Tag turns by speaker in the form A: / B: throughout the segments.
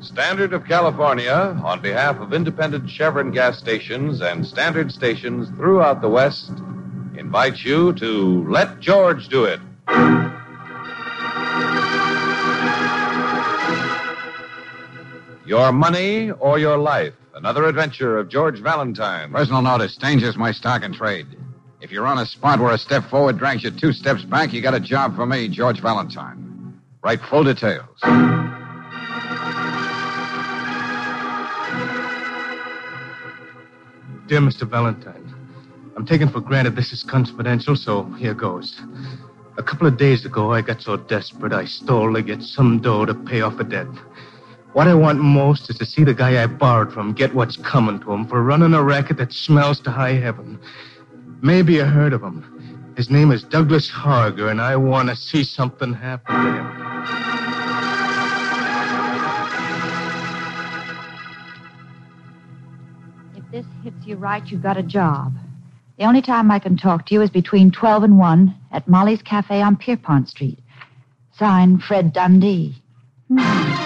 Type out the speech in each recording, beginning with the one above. A: Standard of California, on behalf of independent Chevron gas stations and standard stations throughout the West, invites you to Let George Do It. Your Money or Your Life, another adventure of George Valentine.
B: Personal notice changes my stock and trade. If you're on a spot where a step forward drags you two steps back, you got a job for me, George Valentine. Write full details.
C: Dear Mr. Valentine, I'm taking for granted this is confidential, so here goes. A couple of days ago, I got so desperate I stole to get some dough to pay off a debt. What I want most is to see the guy I borrowed from get what's coming to him for running a racket that smells to high heaven. Maybe you heard of him. His name is Douglas Harger, and I want to see something happen to him.
D: If this hits you right, you've got a job. The only time I can talk to you is between 12 and 1 at Molly's Cafe on Pierpont Street. Signed Fred Dundee. Hmm.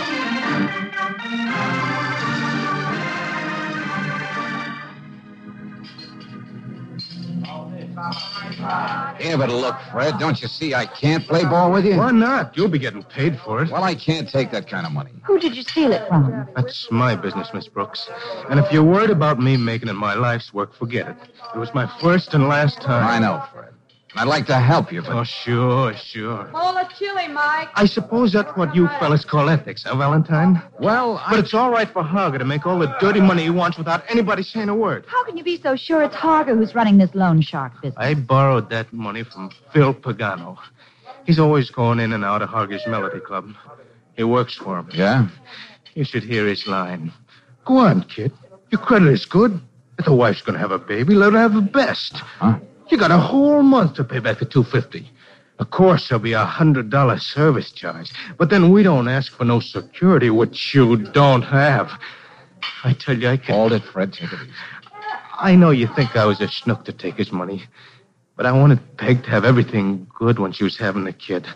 B: Give it a look, Fred. Don't you see I can't play ball with you?
C: Why not? You'll be getting paid for it.
B: Well, I can't take that kind of money.
D: Who did you steal it from?
C: That's my business, Miss Brooks. And if you're worried about me making it my life's work, forget it. It was my first and last time.
B: I know, Fred. And I'd like to help you,
C: Oh,
B: but
C: sure, sure.
E: Bowl of chili, Mike.
C: I suppose that's what you fellas call ethics, huh, Valentine?
B: well,
C: But it's all right for Harger to make all the dirty money he wants without anybody saying a word.
D: How can you be so sure it's Harger who's running this loan shark business?
C: I borrowed that money from Phil Pagano. He's always going in and out of Harger's Melody Club. He works for him.
B: yeah.
C: You should hear his line. Go on, kid. Your credit is good. If the wife's going to have a baby, let her have the best.
B: Huh?
C: You got a whole month to pay back the two fifty. Of course, there'll be a hundred dollar service charge, but then we don't ask for no security, which you don't have. I tell you, I can.
B: Hold it, Fred. Take it easy.
C: I know you think I was a schnook to take his money, but I wanted Peg to have everything good when she was having the kid.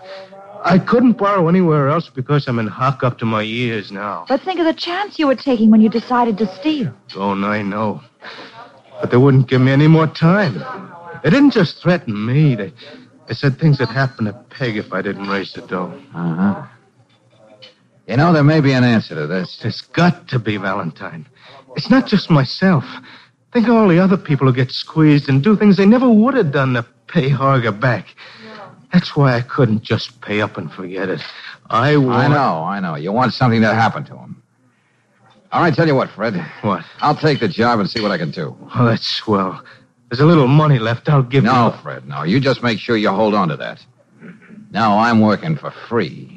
C: I couldn't borrow anywhere else because I'm in hock up to my ears now.
D: But think of the chance you were taking when you decided to steal.
C: Don't I know? But they wouldn't give me any more time. They didn't just threaten me. They, they said things that happened to Peg if I didn't raise the dough.
B: Uh huh. You know, there may be an answer to this.
C: There's got to be Valentine. It's not just myself. Think of all the other people who get squeezed and do things they never would have done to pay Harger back. That's why I couldn't just pay up and forget it. I want.
B: I know, I know. You want something that happened to him. All right, tell you what, Fred.
C: What?
B: I'll take the job and see what I can do.
C: Oh, that's swell. There's a little money left. I'll give you.
B: No, Fred, no. You just make sure you hold on to that. No, I'm working for free.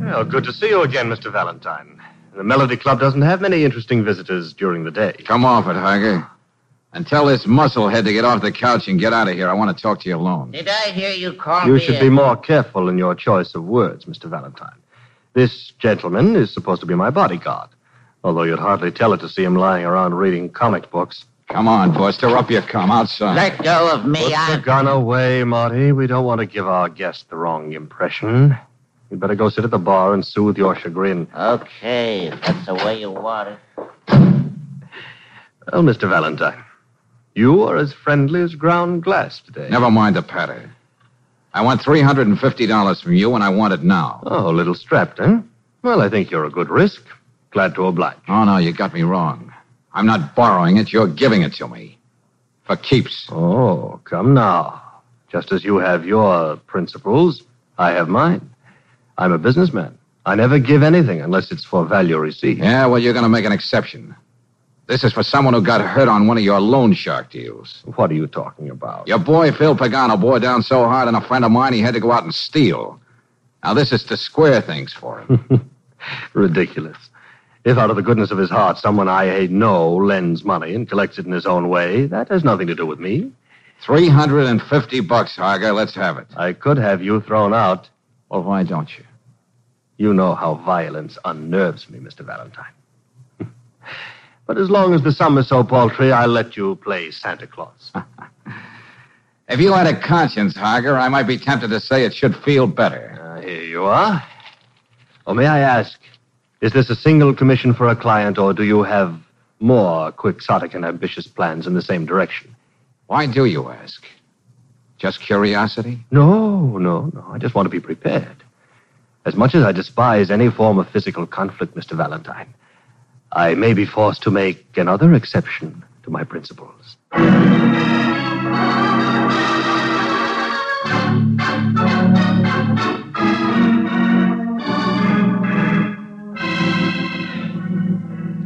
F: Well, good to see you again, Mr. Valentine. The Melody Club doesn't have many interesting visitors during the day.
B: Come off it, Harger. And tell this musclehead to get off the couch and get out of here. I want to talk to you alone.
G: Did I hear you call
F: You
G: me?
F: should
G: a-
F: be more careful in your choice of words, Mr. Valentine. This gentleman is supposed to be my bodyguard, although you'd hardly tell it to see him lying around reading comic books.
B: Come on, Buster. Up you come. Outside.
G: Let go of me.
F: Put the
G: I'm.
F: gun away, Marty. We don't want to give our guest the wrong impression. You'd better go sit at the bar and soothe your chagrin.
G: Okay, if that's the way you want it.
F: Well, Mr. Valentine, you are as friendly as ground glass today.
B: Never mind the patter. I want $350 from you, and I want it now.
F: Oh, a little strapped, eh? Well, I think you're a good risk. Glad to oblige.
B: Oh, no, you got me wrong. I'm not borrowing it. You're giving it to me. For keeps.
F: Oh, come now. Just as you have your principles, I have mine. I'm a businessman. I never give anything unless it's for value received.
B: Yeah, well, you're going to make an exception. This is for someone who got hurt on one of your loan shark deals.
F: What are you talking about?
B: Your boy Phil Pagano bore down so hard on a friend of mine he had to go out and steal. Now this is to square things for him.
F: Ridiculous. If out of the goodness of his heart someone I know lends money and collects it in his own way, that has nothing to do with me.
B: Three hundred and fifty bucks, Harger. Let's have it.
F: I could have you thrown out.
B: Well, why don't you?
F: You know how violence unnerves me, Mr. Valentine. But as long as the sum is so paltry, I'll let you play Santa Claus.
B: If you had a conscience, Hager, I might be tempted to say it should feel better.
F: Ah, here you are. Oh, may I ask, is this a single commission for a client, or do you have more quixotic and ambitious plans in the same direction?
B: Why do you ask? Just curiosity?
F: No, no, no. I just want to be prepared. As much as I despise any form of physical conflict, Mr. Valentine, I may be forced to make another exception to my principles.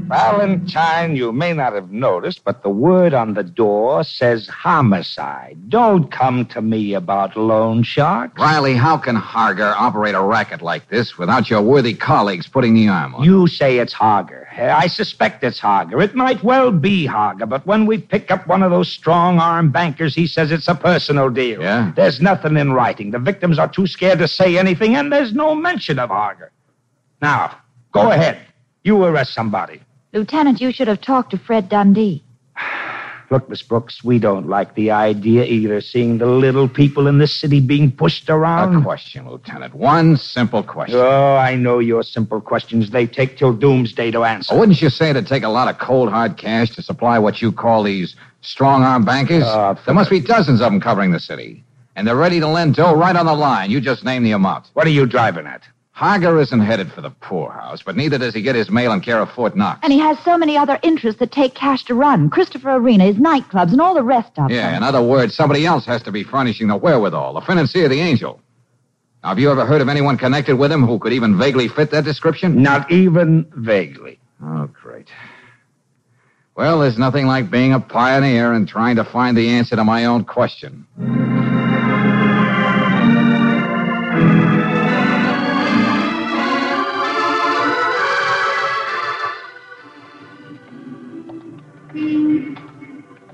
E: Valentine, you may not have noticed, but the word on the door says homicide. Don't come to me about loan sharks.
B: Riley, how can Hager operate a racket like this without your worthy colleagues putting the arm on?
E: You say it's Hager. I suspect it's Hager. It might well be Hager, but when we pick up one of those strong arm bankers, he says it's a personal deal.
B: Yeah?
E: There's nothing in writing. The victims are too scared to say anything, and there's no mention of Hager. Now, go ahead. You arrest somebody.
D: Lieutenant, you should have talked to Fred Dundee.
E: Look, Miss Brooks, we don't like the idea either, seeing the little people in this city being pushed around.
B: A question, Lieutenant. One simple question.
E: Oh, I know your simple questions. They take till doomsday to answer.
B: Wouldn't you say it'd take a lot of cold hard cash to supply what you call these strong arm bankers?
E: Uh,
B: there must be dozens of them covering the city. And they're ready to lend dough right on the line. You just name the amount.
E: What are you driving at?
B: Hager isn't headed for the poorhouse, but neither does he get his mail in care of Fort Knox.
D: And he has so many other interests that take cash to run Christopher Arena, his nightclubs, and all the rest of
B: Yeah, in
D: them.
B: other words, somebody else has to be furnishing the wherewithal, the financier, the angel. Now, have you ever heard of anyone connected with him who could even vaguely fit that description?
E: Not even vaguely.
B: Oh, great. Well, there's nothing like being a pioneer and trying to find the answer to my own question.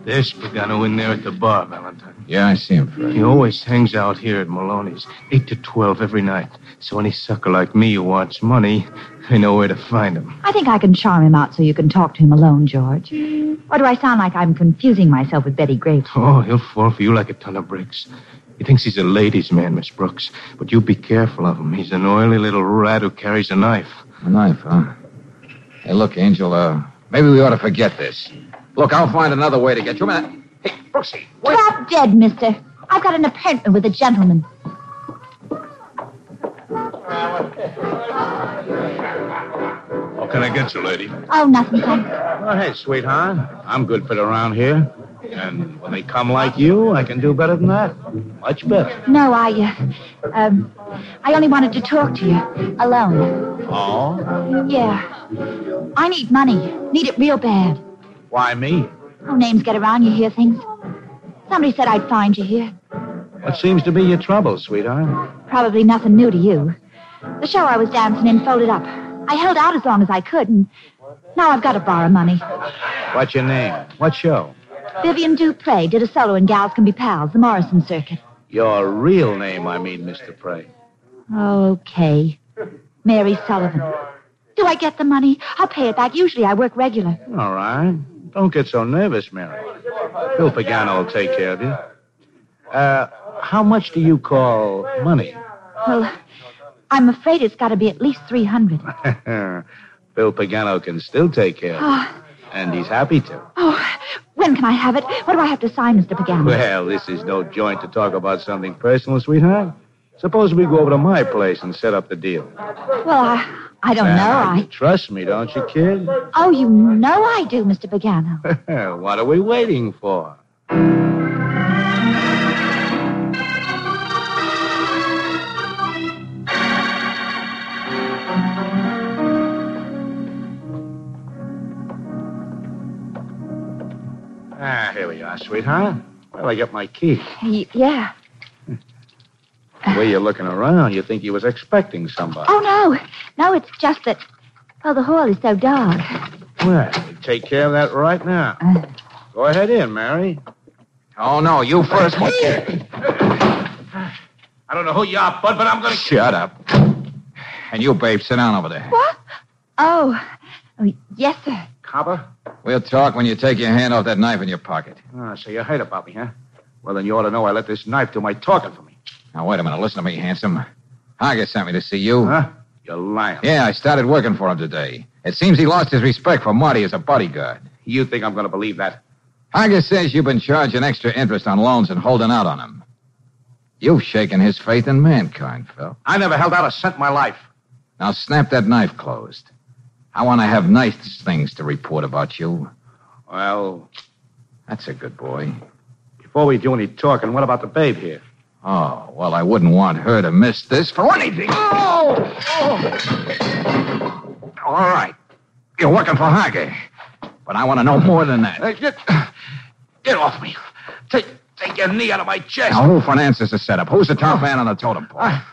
C: There's Pagano in there at the bar, Valentine.
B: Yeah, I see him, Fred.
C: He always hangs out here at Maloney's, 8 to 12 every night. So any sucker like me who wants money, I know where to find him.
D: I think I can charm him out so you can talk to him alone, George. Or do I sound like I'm confusing myself with Betty Graves?
C: Oh, he'll fall for you like a ton of bricks. He thinks he's a ladies' man, Miss Brooks. But you be careful of him. He's an oily little rat who carries a knife.
B: A knife, huh? Hey, look, Angel, uh, maybe we ought to forget this. Look, I'll find another way to get you. Hey, Brooksy,
D: Drop dead, mister. I've got an appointment with a gentleman.
C: How can I get you, lady?
D: Oh, nothing, thanks.
C: Oh, hey, sweetheart. I'm good for around here. And when they come like you, I can do better than that. Much better.
D: No, I, uh, um, I only wanted to talk to you alone.
C: Oh?
D: Yeah. I need money. Need it real bad.
C: Why me?
D: Oh, names get around. You hear things. Somebody said I'd find you here.
C: What seems to be your trouble, sweetheart?
D: Probably nothing new to you. The show I was dancing in folded up. I held out as long as I could, and now I've got to borrow money.
C: What's your name? What show?
D: Vivian Dupre did a solo in Gals Can Be Pals, the Morrison circuit.
C: Your real name, I mean, Mr. Prey.
D: Okay. Mary Sullivan. Do I get the money? I'll pay it back. Usually I work regular.
C: All right. Don't get so nervous, Mary. Phil Pagano will take care of you. Uh, how much do you call money?
D: Well, I'm afraid it's got to be at least 300.
C: Phil Pagano can still take care of
D: Oh,
C: you, and he's happy to.
D: oh, when can I have it? What do I have to sign, Mr. Pagano?
C: Well, this is no joint to talk about something personal, sweetheart. Suppose we go over to my place and set up the deal.
D: Well, I, I don't know.
C: Now, you
D: I.
C: Trust me, don't you, kid?
D: Oh, you know I do, Mr. Pagano.
C: what are we waiting for? Ah, here we are, sweetheart. Well, I got my key.
D: Y- yeah.
C: The way you're looking around, you think you was expecting somebody.
D: Oh, no. No, it's just that, well, the hall is so dark.
C: Well, we'll take care of that right now. Go ahead in, Mary.
B: Oh, no, you first.
C: I don't know who you are, bud, but I'm gonna
B: Shut up. And you, babe, sit down over there.
D: What? Oh. oh yes, sir.
H: Hopper?
B: We'll talk when you take your hand off that knife in your pocket.
H: Ah, so you heard about me, huh? Well, then you ought to know I let this knife do my talking for me.
B: Now, wait a minute. Listen to me, handsome. Hager sent me to see you.
H: Huh? You're lying.
B: Yeah, I started working for him today. It seems he lost his respect for Marty as a bodyguard.
H: You think I'm going to believe that?
B: Hager says you've been charging extra interest on loans and holding out on him. You've shaken his faith in mankind, Phil.
H: I never held out a cent in my life.
B: Now snap that knife closed. I want to have nice things to report about you.
H: Well,
B: That's a good boy.
H: before we do any talking, what about the babe here?
B: Oh, well, I wouldn't want her to miss this for anything. Oh! Oh! All right. You're working for Hager. But I want to know more than that.
H: Hey, get, get off me. Take, take your knee out of my chest.
B: Now, who finances the setup? Who's the
H: Oh.
B: top man on the totem pole?
H: I,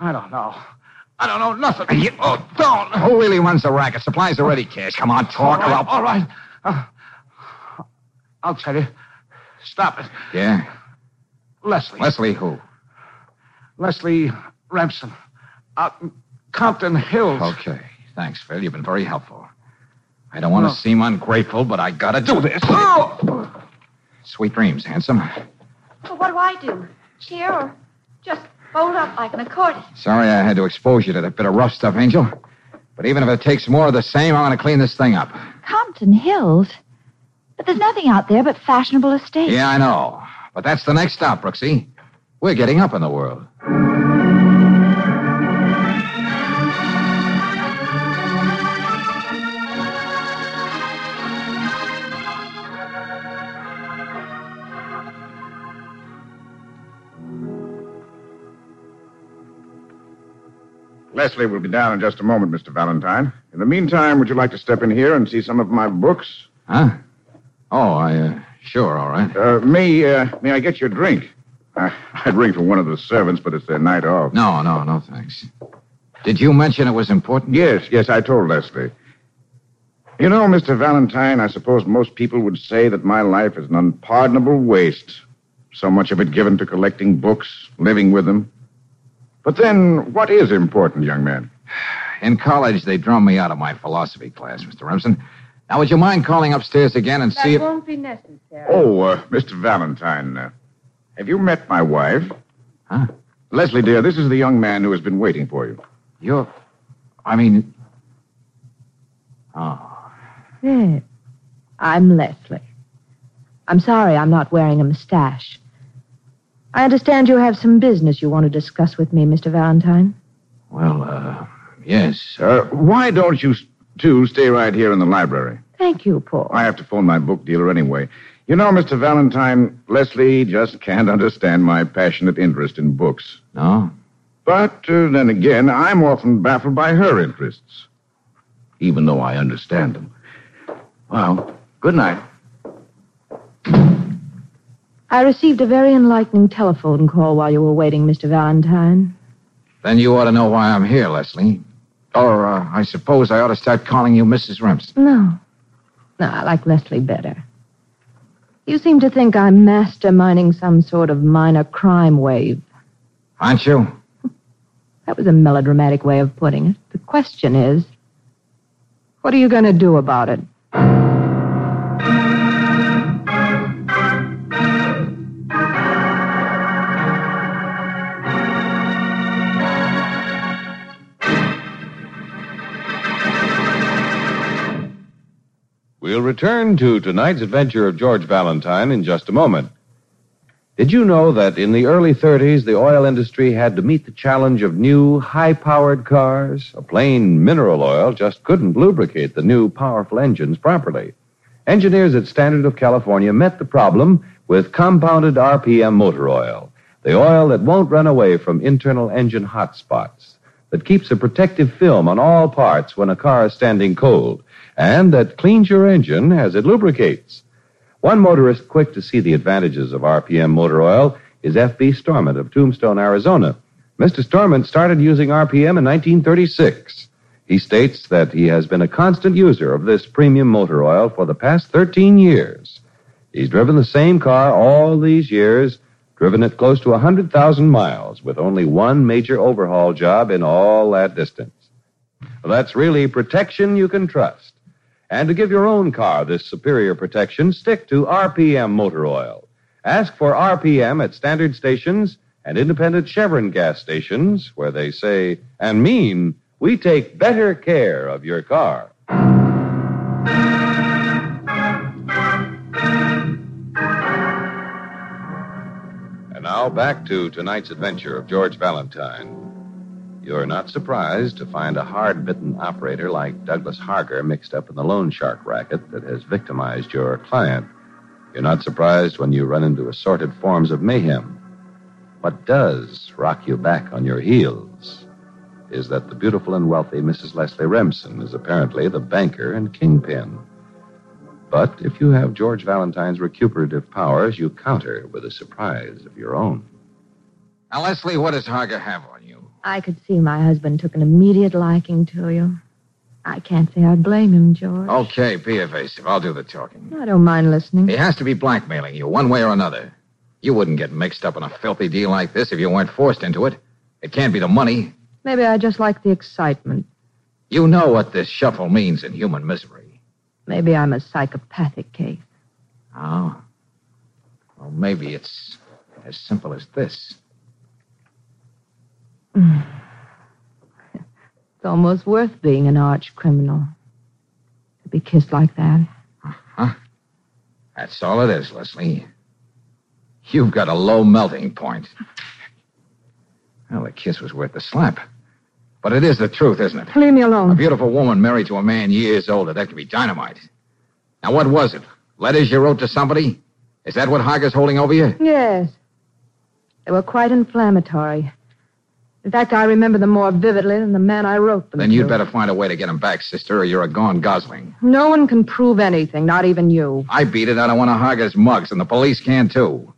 H: I don't know. I don't know nothing. Oh, don't.
B: Who really runs the racket? Supplies the ready cash. Come on,
H: All
B: talk or
H: right.
B: I'll...
H: All right. Uh, I'll tell you. Stop it.
B: Yeah?
H: Leslie.
B: Leslie who?
H: Leslie Remsen. Out in Compton Hills.
B: Okay. Thanks, Phil. You've been very helpful. I don't want to
H: No.
B: seem ungrateful, but I gotta do this. Oh! Sweet dreams, handsome.
D: Well, what do I do? Cheer or just fold up like an accordion?
B: Sorry I had to expose you to that bit of rough stuff, Angel. But even if it takes more of the same, I want to clean this thing up.
D: Compton Hills? But there's nothing out there but fashionable estates.
B: Yeah, I know. But that's the next stop, Brooksy. We're getting up in the world.
I: Leslie will be down in just a moment, Mr. Valentine. In the meantime, would you like to step in here and see some of my books?
B: Huh? Oh, I, uh, sure, all right.
I: Uh, may, uh, may I get you a drink? Uh, I'd ring for one of the servants, but it's their night off.
B: No, no, no, thanks. Did you mention it was important?
I: Yes, yes, I told Leslie. You know, Mr. Valentine, I suppose most people would say that my life is an unpardonable waste. So much of it given to collecting books, living with them. But then, what is important, young man?
B: In college, they drummed me out of my philosophy class, Mr. Remsen. Now, would you mind calling upstairs again and see if...
J: won't be necessary.
I: Oh, uh, Mr. Valentine, uh, have you met my wife?
B: Huh?
I: Leslie, dear, this is the young man who has been waiting for you.
B: You're... I mean... Oh,
J: Yes. I'm Leslie. I'm sorry I'm not wearing a mustache. I understand you have some business you want to discuss with me, Mr. Valentine.
B: well, uh, yes.
I: Uh, why don't you s- two stay right here in the library?
J: Thank you, Paul.
I: I have to phone my book dealer anyway. You know, Mr. Valentine, Leslie just can't understand my passionate interest in books.
B: No?
I: But uh, then again, I'm often baffled by her interests, even though I understand them. Well, good night.
J: I received a very enlightening telephone call while you were waiting, Mr. Valentine.
B: Then you ought to know why I'm here, Leslie. Or uh, I suppose I ought to start calling you Mrs. Remsen.
J: No. No, I like Leslie better. You seem to think I'm masterminding some sort of minor crime wave.
B: Aren't you?
J: That was a melodramatic way of putting it. The question is, what are you going to do about it?
A: We'll return to tonight's adventure of George Valentine in just a moment. Did you know that in the early 30s, the oil industry had to meet the challenge of new, high powered cars? A plain mineral oil just couldn't lubricate the new, powerful engines properly. Engineers at Standard of California met the problem with compounded RPM motor oil, the oil that won't run away from internal engine hot spots, that keeps a protective film on all parts when a car is standing cold and that cleans your engine as it lubricates. One motorist quick to see the advantages of RPM motor oil is F.B. Stormont of Tombstone, Arizona. Mr. Stormont started using RPM in 1936. He states that he has been a constant user of this premium motor oil for the past 13 years. He's driven the same car all these years, driven it close to 100,000 miles, with only one major overhaul job in all that distance. That's really protection you can trust. And to give your own car this superior protection, stick to RPM motor oil. Ask for RPM at standard stations and independent Chevron gas stations where they say and mean we take better care of your car. And now back to tonight's adventure of George Valentine. You're not surprised to find a hard bitten operator like Douglas Harger mixed up in the loan shark racket that has victimized your client. You're not surprised when you run into assorted forms of mayhem. What does rock you back on your heels is that the beautiful and wealthy Mrs. Leslie Remsen is apparently the banker and kingpin. But if you have George Valentine's recuperative powers, you counter with a surprise of your own.
B: Now, Leslie, what does Harger have on you?
J: I could see my husband took an immediate liking to you. I can't say I blame him, George.
B: Okay, be evasive. I'll do the talking.
J: I don't mind listening.
B: He has to be blackmailing you one way or another. You wouldn't get mixed up in a filthy deal like this if you weren't forced into it. It can't be the money.
J: Maybe I just like the excitement.
B: You know what this shuffle means in human misery.
J: Maybe I'm a psychopathic case.
B: Oh. Well, maybe it's as simple as this.
J: it's almost worth being an arch criminal to be kissed like that.
B: That's all it is, Leslie. You've got a low melting point. Well, the kiss was worth the slap. But it is the truth, isn't it?
J: Leave me
B: A
J: alone.
B: beautiful woman married to a man years older, that could be dynamite. Now, what was it? Letters you wrote to somebody? Is that what Harger's holding over you?
J: Yes. They were quite inflammatory. In fact, I remember them more vividly than the man I wrote them
B: Then you'd
J: to.
B: better find a way to get him back, sister, or you're a gone gosling.
J: No one can prove anything, not even you.
B: I beat it out of one of Harger's mugs, and the police can too.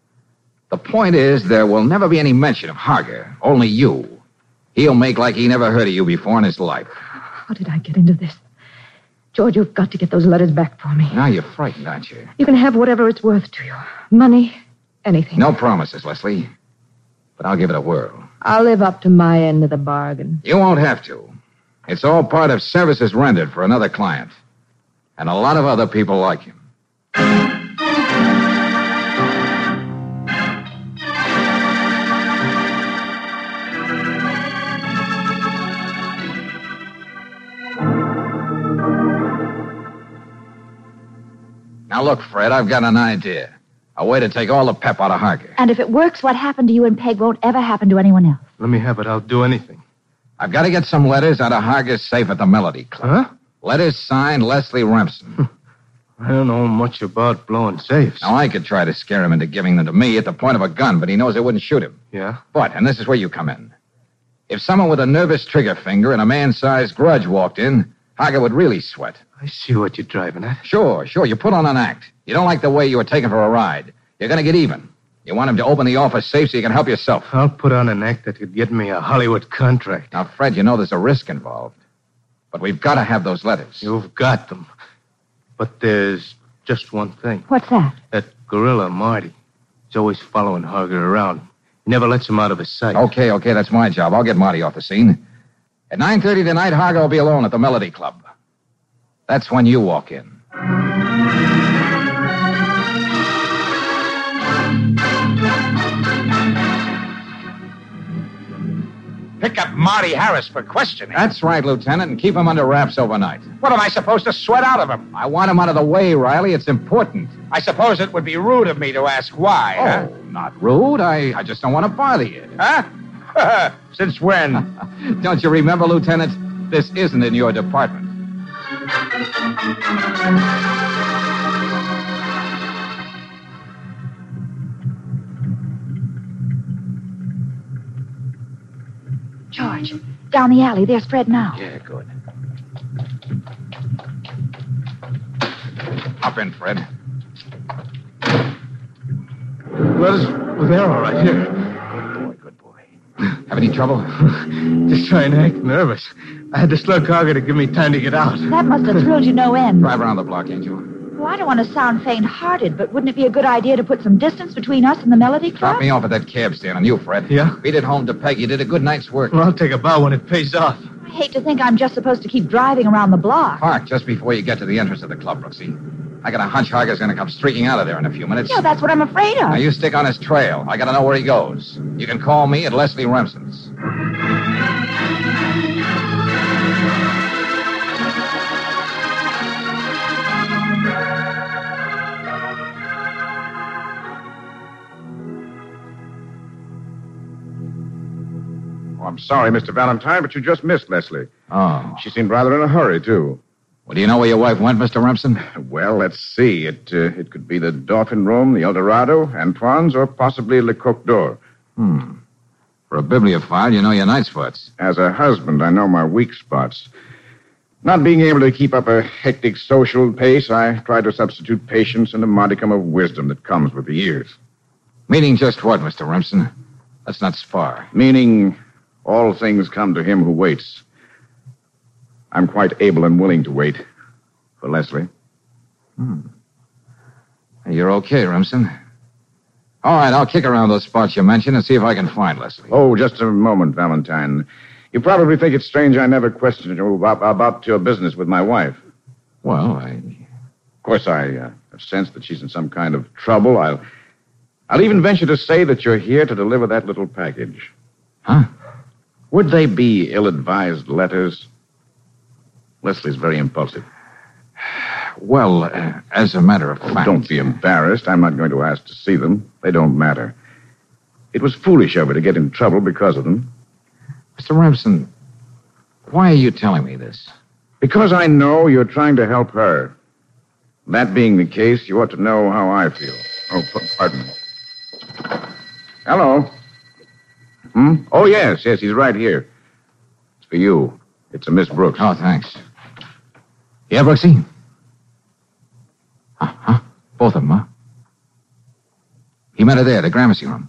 B: The point is, there will never be any mention of Harger, only you. He'll make like he never heard of you before in his life.
J: How did I get into this? George, you've got to get those letters back for me.
B: Now you're frightened, aren't you?
J: You can have whatever it's worth to you money, anything.
B: No promises, Leslie. But I'll give it a whirl.
J: I'll live up to my end of the bargain.
B: You won't have to. It's all part of services rendered for another client. And a lot of other people like him. Now, look, Fred, I've got an idea. A way to take all the pep out of Harker.
D: And if it works, what happened to you and Peg won't ever happen to anyone else.
B: Let me have it. I'll do anything. I've got to get some letters out of Harger's safe at the Melody Club. Huh? Letters signed Leslie Remsen.
C: I don't know much about blowing safes.
B: Now, I could try to scare him into giving them to me at the point of a gun, but he knows I wouldn't shoot him.
C: Yeah?
B: But, and this is where you come in. If someone with a nervous trigger finger and a man sized grudge walked in, Harger would really sweat.
C: I see what you're driving at.
B: Sure, sure, you put on an act. You don't like the way you were taken for a ride. You're going to get even. You want him to open the office safe so you can help yourself.
C: I'll put on an act that could get me a Hollywood contract.
B: Now, Fred, you know there's a risk involved. But we've got to have those letters.
C: You've got them. But there's just one thing.
D: What's that?
C: That gorilla, Marty, is always following Harger around. He never lets him out of his sight.
B: Okay, okay, that's my job. I'll get Marty off the scene. At 9.30 tonight, Harger will be alone at the Melody Club. That's when you walk in.
E: Pick up Marty Harris for questioning.
B: That's right, Lieutenant, and keep him under wraps overnight.
E: What am I supposed to sweat out of him?
B: I want him out of the way, Riley. It's important.
E: I suppose it would be rude of me to ask why, huh?
B: Oh, Not rude. I, I just don't want to bother you.
E: Huh? Since when?
B: Don't you remember, Lieutenant? This isn't in your department.
D: George, down the alley. There's Fred now.
B: Yeah, good. Hop in, Fred.
C: Well, well, they're all right here.
B: Have any trouble?
C: Just trying to act nervous. I had to slug Harger to give me time to get out.
D: That must have thrilled you no end.
B: Drive around the block, Angel.
D: Well, I don't want to sound faint hearted, but wouldn't it be a good idea to put some distance between us and the Melody
B: Drop
D: Club?
B: me off at that cab stand, and you, Fred.
C: Yeah?
B: Beat it home to Peg. You did a good night's work.
C: Well, I'll take a bow when it pays off.
D: I hate to think I'm just supposed to keep driving around the block.
B: Park just before you get to the entrance of the club, Brooksy. I got a hunch Harger's going to come streaking out of there in a few minutes.
D: Yeah, that's what I'm afraid
B: Now,
D: of.
B: you stick on his trail. I got to know where he goes. You can call me at Leslie Remsen's.
I: Oh, I'm sorry, Mr. Valentine, but you just missed Leslie.
B: Oh.
I: She seemed rather in a hurry, too.
B: Well, do you know where your wife went, Mr. Remsen?
I: Well, let's see. It uh, it could be the Dolphin Room, the Eldorado, Antoine's, or possibly Le Coq d'Or.
B: Hmm. For a bibliophile, you know your night spots.
I: As a husband, I know my weak spots. Not being able to keep up a hectic social pace, I try to substitute patience and a modicum of wisdom that comes with the years.
B: Meaning just what, Mr. Remsen? Let's not spar.
I: Meaning, all things come to him who waits. I'm quite able and willing to wait for Leslie.
B: Hmm. You're okay, Remsen. All right, I'll kick around those spots you mentioned and see if I can find Leslie.
I: Oh, just a moment, Valentine. You probably think it's strange I never questioned you about, about your business with my wife.
B: Well, I.
I: Of course, I uh, have sensed that she's in some kind of trouble. I'll, I'll even venture to say that you're here to deliver that little package.
B: Huh?
I: Would they be ill advised letters? Leslie's very impulsive.
B: Well, uh, as a matter of fact.
I: Oh, Don't be embarrassed. I'm not going to ask to see them. They don't matter. It was foolish of her to get in trouble because of them.
B: Mr. Remsen, why are you telling me this?
I: Because I know you're trying to help her. That being the case, you ought to know how I feel. Oh, p- pardon me. Hello. Hmm? Oh, yes, yes, he's right here. It's for you. It's a Miss Brooks.
B: Oh, thanks. Yeah, Brooksy? Huh, huh? Uh-huh. Both of them, huh? He met her there, the Gramercy room.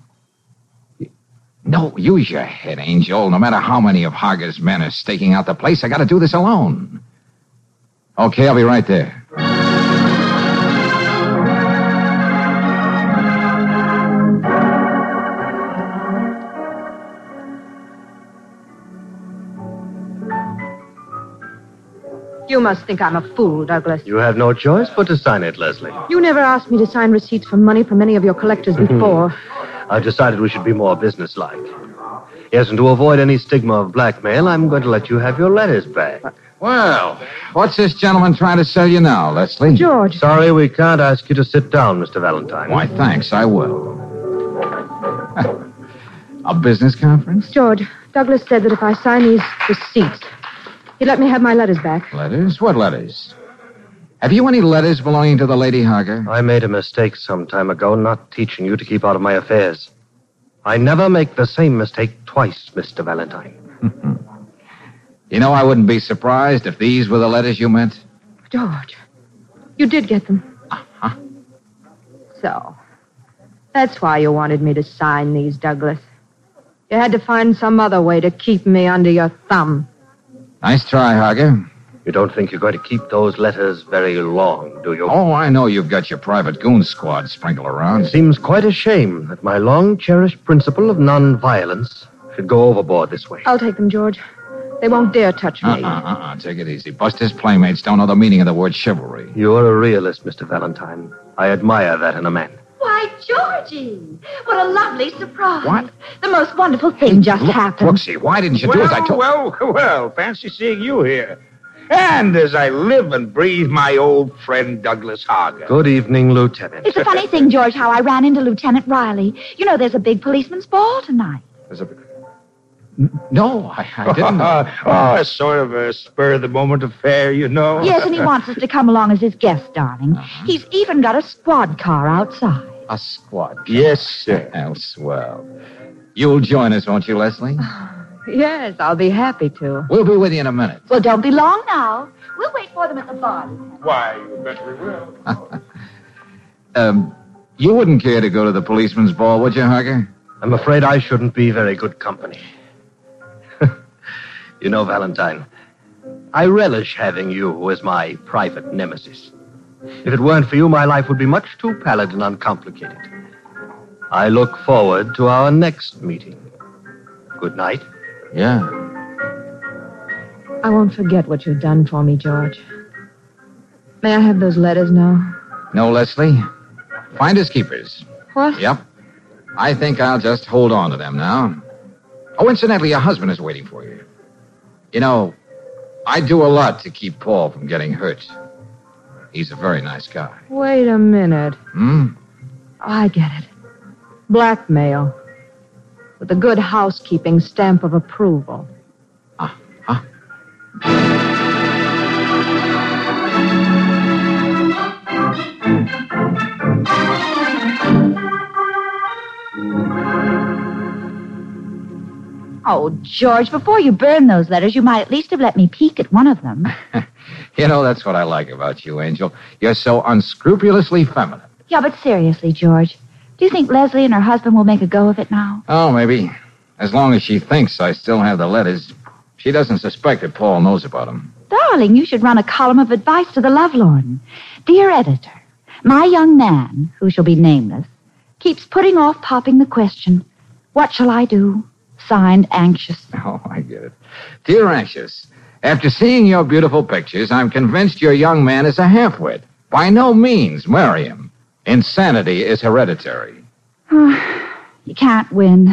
B: No, use your head, Angel. No matter how many of Harger's men are staking out the place, I gotta do this alone. Okay, I'll be right there.
J: You must think I'm a fool, Douglas.
F: You have no choice but to sign it, Leslie.
J: You never asked me to sign receipts for money from any of your collectors before.
F: I've decided we should be more businesslike. Yes, and to avoid any stigma of blackmail, I'm going to let you have your letters back.
B: Well, what's this gentleman trying to sell you now, Leslie?
J: George,
F: Sorry, we can't ask you to sit down, Mr. Valentine.
B: Why, thanks, I will. A business conference?
J: George, Douglas said that if I sign these receipts, he'd let me have my letters back.
B: Letters? What letters? Have you any letters belonging to the Lady Harger?
F: I made a mistake some time ago not teaching you to keep out of my affairs. I never make the same mistake twice, Mr. Valentine.
B: You know, I wouldn't be surprised if these were the letters you meant.
J: George, you did get them. So, that's why you wanted me to sign these, Douglas. You had to find some other way to keep me under your thumb.
B: Nice try, Harger.
F: You don't think you're going to keep those letters very long, do you?
B: Oh, I know you've got your private goon squad sprinkled
F: It
B: around.
F: seems quite a shame that my long cherished principle of nonviolence should go overboard this way.
J: I'll take them, George. They won't dare touch
B: Uh-uh,
J: me.
B: uh-uh, take it easy. Buster's playmates don't know the meaning of the word chivalry.
F: You're a realist, Mr. Valentine. I admire that in a man.
D: Why, Georgie! What a lovely surprise!
B: What?
D: The most wonderful thing just happened.
B: Brooksy, why didn't you do as I told
E: well, well, fancy seeing you here. And as I live and breathe, my old friend Douglas Harger.
F: Good evening, Lieutenant.
D: It's a funny thing, George, how I ran into Lieutenant Riley. You know, there's a big policeman's ball tonight.
B: No, I, I didn't.
E: oh, it's sort of a spur of the moment affair, you know.
D: Yes, and he wants us to come along as his guest, darling. He's even got a squad car outside.
B: A squad.
E: Yes, sir.
B: Well, swell. You'll join us, won't you, Leslie?
J: Yes, I'll be happy to.
B: We'll be with you in a minute.
D: Well, don't be long now. We'll wait for them at the bar.
E: Why, you bet we will.
B: Um, you wouldn't care to go to the policeman's ball, would you, Harger?
F: I'm afraid I shouldn't be very good company. you know, Valentine, I relish having you as my private nemesis. If it weren't for you, my life would be much too pallid and uncomplicated. I look forward to our next meeting. Good night.
B: Yeah.
J: I won't forget what you've done for me, George. May I have those letters now?
B: No, Leslie. Finders keepers.
J: What?
B: Yep. I think I'll just hold on to them now. Oh, incidentally, your husband is waiting for you. You know, I do a lot to keep Paul from getting hurt. He's a very nice guy.
J: Wait a minute. Oh,
B: Hmm?
J: I get it. Blackmail. With a good housekeeping stamp of approval.
D: Oh, George, before you burn those letters, you might at least have let me peek at one of them.
B: You know, that's what I like about you, Angel. You're so unscrupulously feminine.
D: yeah, but seriously, George, do you think Leslie and her husband will make a go of it now?
B: Oh, maybe. As long as she thinks I still have the letters, she doesn't suspect that Paul knows about them.
D: Darling, you should run a column of advice to the Lovelorn. Dear editor, my young man, who shall be nameless, keeps putting off popping the question, What shall I do? Signed, anxious.
B: Oh, I get it. Dear Anxious, after seeing your beautiful pictures, I'm convinced your young man is a halfwit. By no means marry him. Insanity is hereditary.
D: you can't win.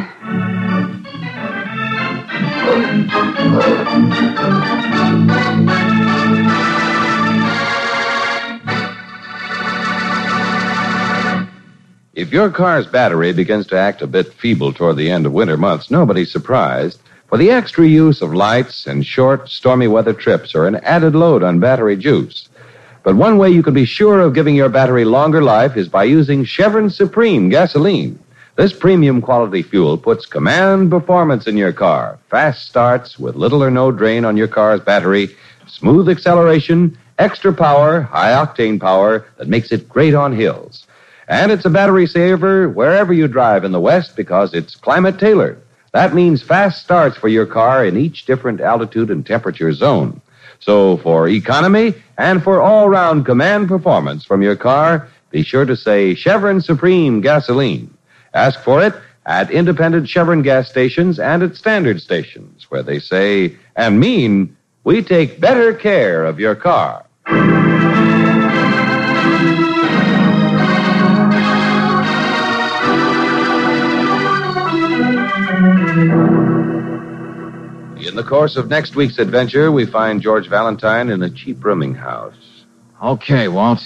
A: If your car's battery begins to act a bit feeble toward the end of winter months, nobody's surprised, for the extra use of lights and short, stormy weather trips are an added load on battery juice. But one way you can be sure of giving your battery longer life is by using Chevron Supreme gasoline. This premium quality fuel puts command performance in your car. Fast starts with little or no drain on your car's battery, smooth acceleration, extra power, high octane power that makes it great on hills. And it's a battery saver wherever you drive in the West because it's climate tailored. That means fast starts for your car in each different altitude and temperature zone. So for economy and for all round command performance from your car, be sure to say Chevron Supreme Gasoline. Ask for it at independent Chevron gas stations and at standard stations where they say and mean we take better care of your car. In the course of next week's adventure, we find George Valentine in a cheap rooming house.
B: Okay, Walt.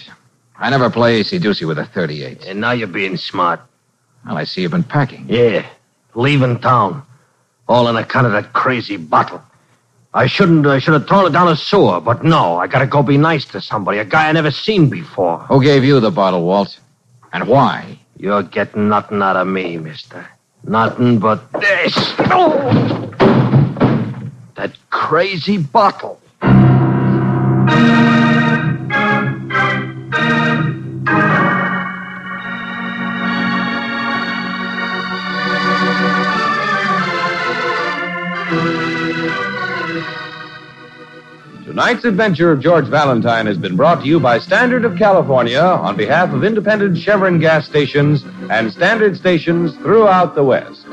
B: I never play AC Doocy with a 38.
F: And now you're being smart.
B: Well, I see you've been packing.
F: Yeah, leaving town. All on account of that crazy bottle. I shouldn't, I should have thrown it down a sewer, but no, I gotta go be nice to somebody, a guy I never seen before.
B: Who gave you the bottle, Walt? And why?
F: You're getting nothing out of me, mister. Nothing but this. Oh! That crazy bottle.
A: Tonight's adventure of George Valentine has been brought to you by Standard of California on behalf of independent Chevron gas stations and Standard stations throughout the West.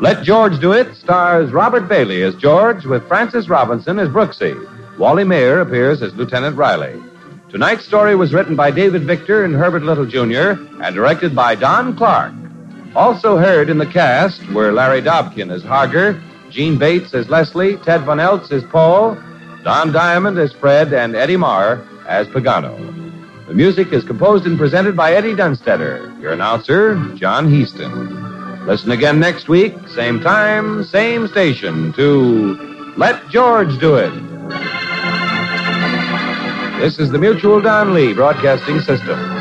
A: Let George Do It stars Robert Bailey as George with Francis Robinson as Brooksy. Wally Mayer appears as Lieutenant Riley. Tonight's story was written by David Victor and Herbert Little Jr. and directed by Don Clark. Also heard in the cast were Larry Dobkin as Harger, Gene Bates as Leslie, Ted Von Eltz as Paul, Don Diamond as Fred, and Eddie Marr as Pagano. The music is composed and presented by Eddie Dunstetter, your announcer, John Heaston. Listen again next week, same time, same station, to Let George Do It. This is the Mutual Don Lee Broadcasting System.